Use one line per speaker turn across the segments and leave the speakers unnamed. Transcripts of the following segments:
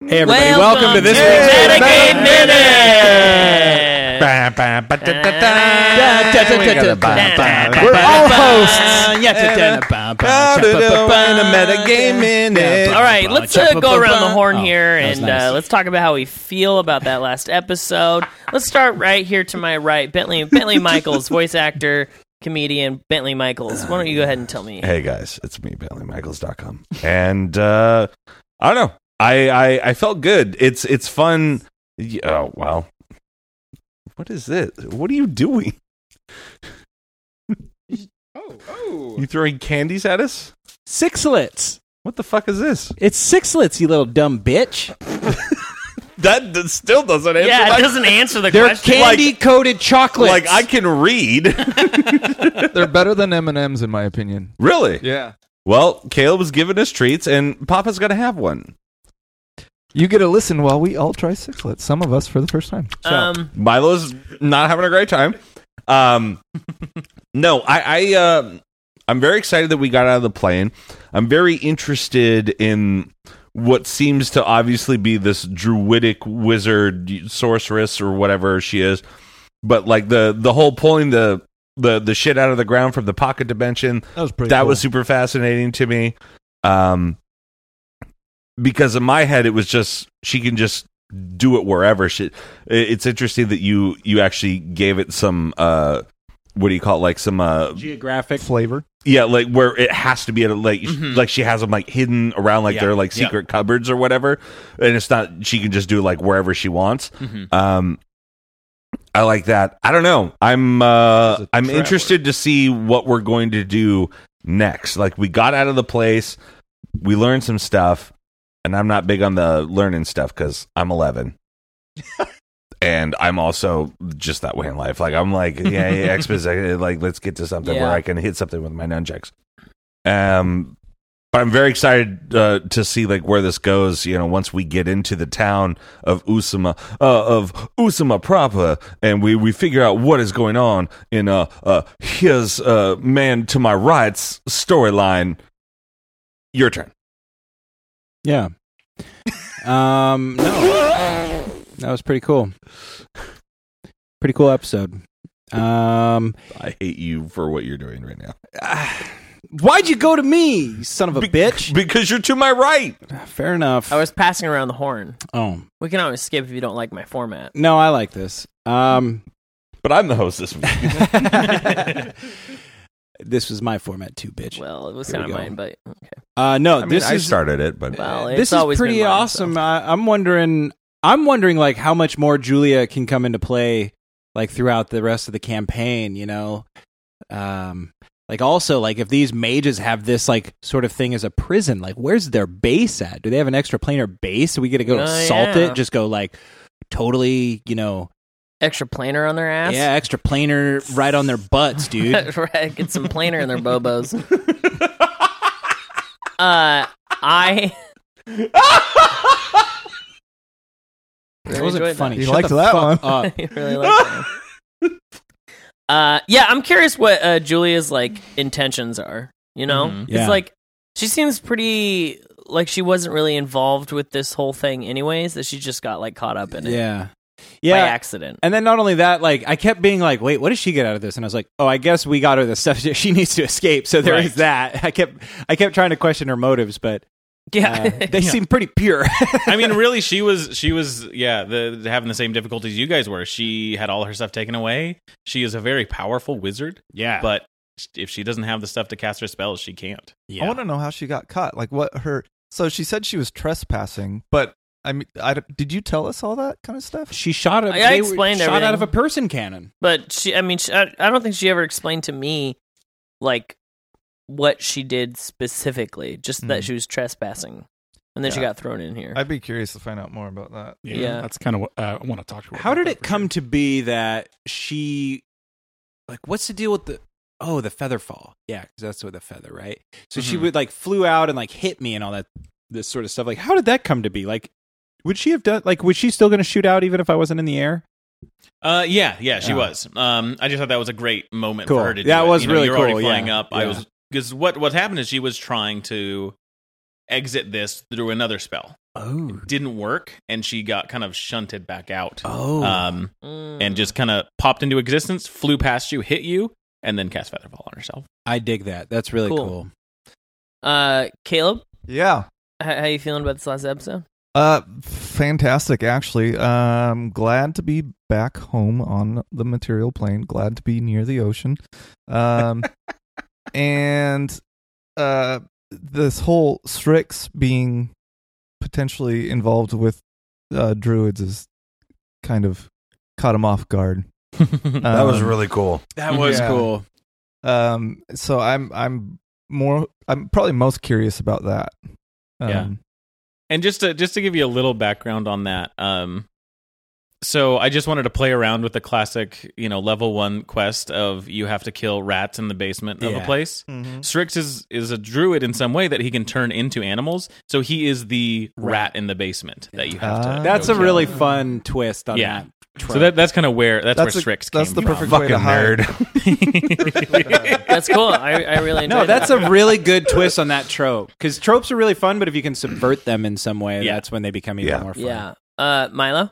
Hey everybody, welcome, to this week's
Renegade
Minute. We're all hosts.
All right, let's uh, go around the horn
Oh,
here and uh, let's talk about how we feel about that last episode. Let's start right here to my right, Bentley Bentley Michaels, voice actor, comedian Bentley Michaels. Why don't you go ahead and tell me?
Hey guys, it's me, BaileyMichaels.com. And uh I don't know. I, I I felt good. It's it's fun. Y- Oh wow. What is this? What are you doing? You throwing candies at us?
Sixlets.
What the fuck is this?
It's sixlets, you little dumb bitch.
That, that still doesn't answer.
Yeah,
my-
it doesn't answer the
They're
question.
candy coated chocolates.
like I can read.
They're better than M and M's in my opinion.
really?
Yeah,
Well, Caleb was giving us treats, and Papa's gonna have one.
you get to listen while we all try sixlets. Some of us for the first time.
um,
Milo's not having a great time. Um, no, I, I uh, I'm very excited that we got out of the plane. I'm very interested in what seems to obviously be this druidic wizard sorceress or whatever she is, but like the the whole pulling the the the shit out of the ground from the pocket dimension
That was pretty.
that was super fascinating to me. Um, because in my head, it was just she can just do it wherever she. it- It's interesting that you you actually gave it some uh, what do you call it? Like some uh,
geographic.
flavor.
yeah, like where it has to be at a like like she has them like hidden around like
Yeah.
their like
Yeah.
secret cupboards or whatever, and it's not she can just do it, like wherever she wants. Um, I like that. I don't know. I'm uh,
As a
I'm
traveler.
interested to see what we're going to do next. Like we got out of the place, we learned some stuff, and I'm not big on the learning stuff because I'm 11. And I'm also just that way in life. Like I'm like, yeah, yeah exposition. Like let's get to something
Yeah.
where I can hit something with my nunchucks. Um, but I'm very excited uh, to see like where this goes. You know, once we get into the town of Usama, uh, of Usama proper, and we we figure out what is going on in uh, uh his uh man to my right's storyline. Your turn.
Yeah. Um. No. That was pretty cool. Pretty cool episode. Um.
I hate you for what you're doing right now
Why'd you go to me, you son of a bitch?
because you're to my right.
Fair enough.
I was passing around the horn.
oh
We can always skip if you don't like my format.
no, I like this. Um.
But I'm the host this week.
this was my format too, bitch.
Well, it was
Here we
kind of
go.
mine, but
Uh, no,
I mean,
this
I
is
started it, but
well, it's
this is
always been
pretty
mine, so.
awesome. I, I'm wondering. I'm wondering like how much more Julia can come into play like throughout the rest of the campaign. You know, um, like also like if these mages have this like sort of thing as a prison, like where's their base at? Do they have an extra planar base? Do we get to go
Oh,
assault
yeah.
it? Just go like totally, you know,
Extra planer on their ass.
yeah, extra planar right on their butts, dude.
Right, Get some planer in their bobos. uh, I.
That wasn't funny.
You
Shut
liked
the
that
fuck
one.
up.
I really like that. one. Uh, yeah, I'm curious what uh, Julia's like intentions are. You know,
Mhm.
Mm-hmm. Yeah.
it's like she seems pretty like she wasn't really involved with this whole thing, anyways. That she just got like caught up in it
yeah,
by
yeah.
accident.
And then not only that, like I kept being like, "Wait, what does she get out of this?" And I was like, "Oh, I guess we got her the stuff she needs to escape." So there is
Right.
that. I kept I kept trying to question her motives, but uh,
Yeah,
they seem pretty pure.
I mean, really, she was she was yeah, the, having the same difficulties you guys were. She had all her stuff taken away. She is a very powerful wizard,
yeah,
but if she doesn't have the stuff to cast her spells, she can't.
I want to know how she got caught. Like what her. So she said she was trespassing, but I mean, I, don't- did you tell us all that kind of stuff?
she shot. A,
I- I
they were
explained
shot out
everything.
of a person cannon.
but she. I mean, she, I, I don't think she ever explained to me like what she did specifically. Just that
Mhm.
she was trespassing, and then she
Yeah.
got thrown in here.
I'd be curious to find out more about that.
Yeah. Yeah.
that's kind of what uh, I want to talk to her.
How
about
did
that
it
for
come
sure.
to be that she, like, what's the deal with the? Oh, the feather fall. Yeah, 'cause that's with a feather, right? So she
Mhm.
Mm-hmm.
would like flew out and like hit me and all that, this sort of stuff. Like, how did that come to be? Like, would she have done? Like, was she still going to shoot out even if I wasn't in the air?
Uh, yeah, yeah, she
Yeah.
was. Um, I just thought that was a great moment
Cool.
for her to.
That
do it.
was
you know,
really
you're already
cool,
Flying
yeah.
up, I
Yeah.
was because what what happened is she was trying to exit this through another spell.
Oh.
didn't work, and she got kind of shunted back out.
Oh.
Um,
Mm.
and just kind of popped into existence, flew past you, hit you, and then cast Featherfall on herself.
I dig that. That's really
Cool.
cool.
uh, Caleb,
Yeah.
h- how you feeling about this last episode?
Uh, fantastic. Actually, um, glad to be back home on the material plane. Glad to be near the ocean. Um, and uh, this whole Strix being potentially involved with uh, druids is kind of caught him off guard.
that
Um,
really cool.
That was
Yeah.
cool.
Um, so I'm I'm more I'm probably most curious about that. Um,
Yeah. And just to just to give you a little background on that, um, so I just wanted to play around with the classic, you know, level one quest of you have to kill rats in the basement of a
Yeah.
place. Strix is is a druid in some way that he can turn into animals, so he is the rat in the basement that you have to.
Ah.
go
That's a
kill.
really fun twist on
Yeah.
that.
So that, that's kind of where that's,
That's
where
a-
Strix
that's
came
the
from.
perfect
Fucking
way to hide.
nerd.
That's cool. I, I really enjoyed
No, that's
that.
a really good twist on that trope because tropes are really fun, but if you can subvert them in some way,
Yeah.
that's when they become even
Yeah.
more fun.
yeah. Uh, Milo,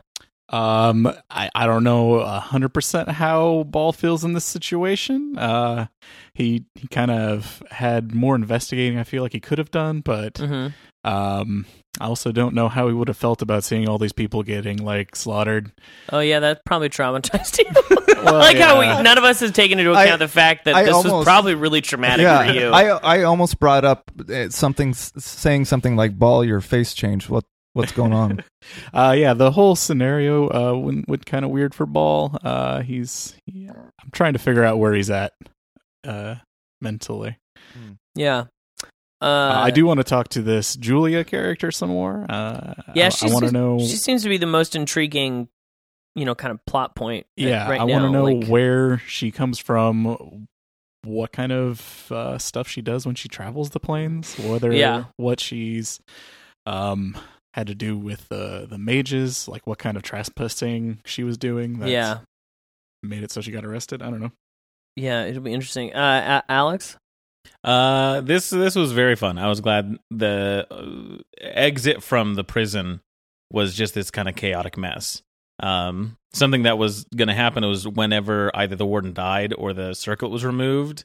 Um, I, I don't know hundred percent how Ball feels in this situation. Uh, he he kind of had more investigating. I feel like he could have done, but
Mhm.
um, I also don't know how he would have felt about seeing all these people getting like slaughtered.
oh yeah, that probably traumatized you.
Well,
I like how
yeah.
we none of us has taken into
I-
account the fact that
I
this was
almost-
probably really traumatic for you.
I I almost brought up uh, something s- saying something like "ball your face change." What what's going on?
Uh, yeah, the whole scenario uh went, went kind of weird for Ball. Uh, he's he, I'm trying to figure out where he's at uh mentally.
yeah. Uh,
Uh, I do want to talk to this Julia character some more. Uh,
Yeah,
I- I,
she's-
want to know.
She seems to be the most intriguing, you know, kind of plot point. uh,
yeah,
right
I
want to
know
like,
where she comes from, what kind of uh, stuff she does when she travels the plains, whether
Yeah.
what she's um had to do with the the mages, like what kind of trespassing she was doing. That
Yeah,
made it so she got arrested. I don't know.
yeah, it'll be interesting. Uh, A- Alex,
Uh, this this was very fun. I was glad the uh, exit from the prison was just this kind of chaotic mess. Um, something that was going to happen was whenever either the warden died or the circuit was removed,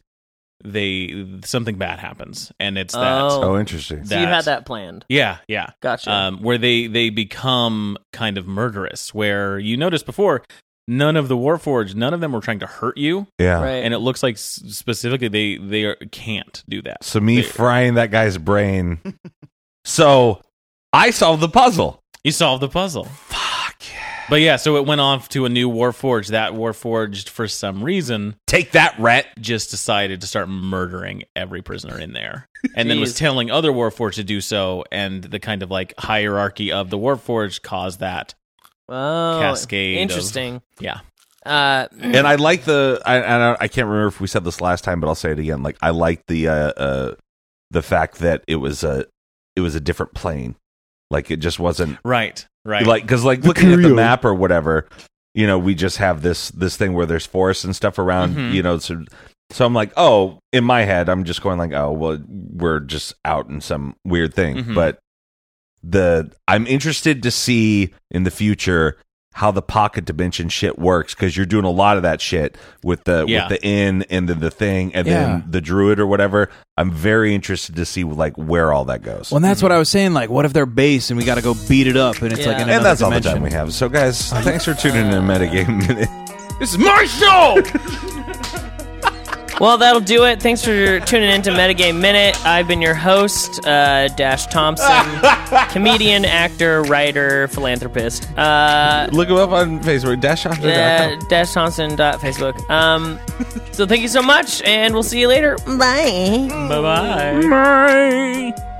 they something bad happens, and it's that.
Oh.
Oh, interesting.
so you had
That-
that planned.
Yeah, yeah.
Gotcha.
Um, where they they become kind of murderous. Where you noticed before, none of the Warforged, none of them were trying to hurt you,
Yeah.
right.
and it looks like s- specifically they they are, can't do that.
So me
They-
frying that guy's brain. so I solved the puzzle.
You solved the puzzle. Fuck. But yeah, so it went off to a new Warforged. That Warforged, for some reason,
Take that, rat.
just decided to start murdering every prisoner in there. And then was
Jeez.
telling other Warforged to do so. And the kind of like hierarchy of the Warforged caused that.
oh,
cascade of-
Interesting.
Yeah.
Uh,
And I like the. I, I don't- I can't remember if we said this last time, but I'll say it again. Like I like the uh, uh the fact that it was a it was a different plane. Like it just wasn't
Right. Right.
like because like looking at the map or whatever. You know, we just have this this thing where there's forests and stuff around.
Mhm.
You know, so so I'm like, oh, in my head, I'm just going like, oh, well, we're just out in some weird thing.
Mhm.
But the I'm interested to see in the future how the pocket dimension shit works because you're doing a lot of that shit with the
Yeah.
with the inn and then the thing and
Yeah.
then the druid or whatever. I'm very interested to see like where all that goes.
Well, and that's what I was saying. Like, what if they're base and we got to go beat it up? And it's
Yeah.
like, in
and
another
that's all the
dimension.
time we have. So, guys, thanks for tuning in to Metagame Minute.
This is my show.
Well, that'll do it. Thanks for tuning in to Metagame Minute. I've been your host, uh, Dash Thompson, comedian, actor, writer, philanthropist. Uh,
Look him up on Facebook, dash after
uh, Dash Thompson dot Facebook. Um, so thank you so much, and we'll see you later. Bye. Bye bye. Bye.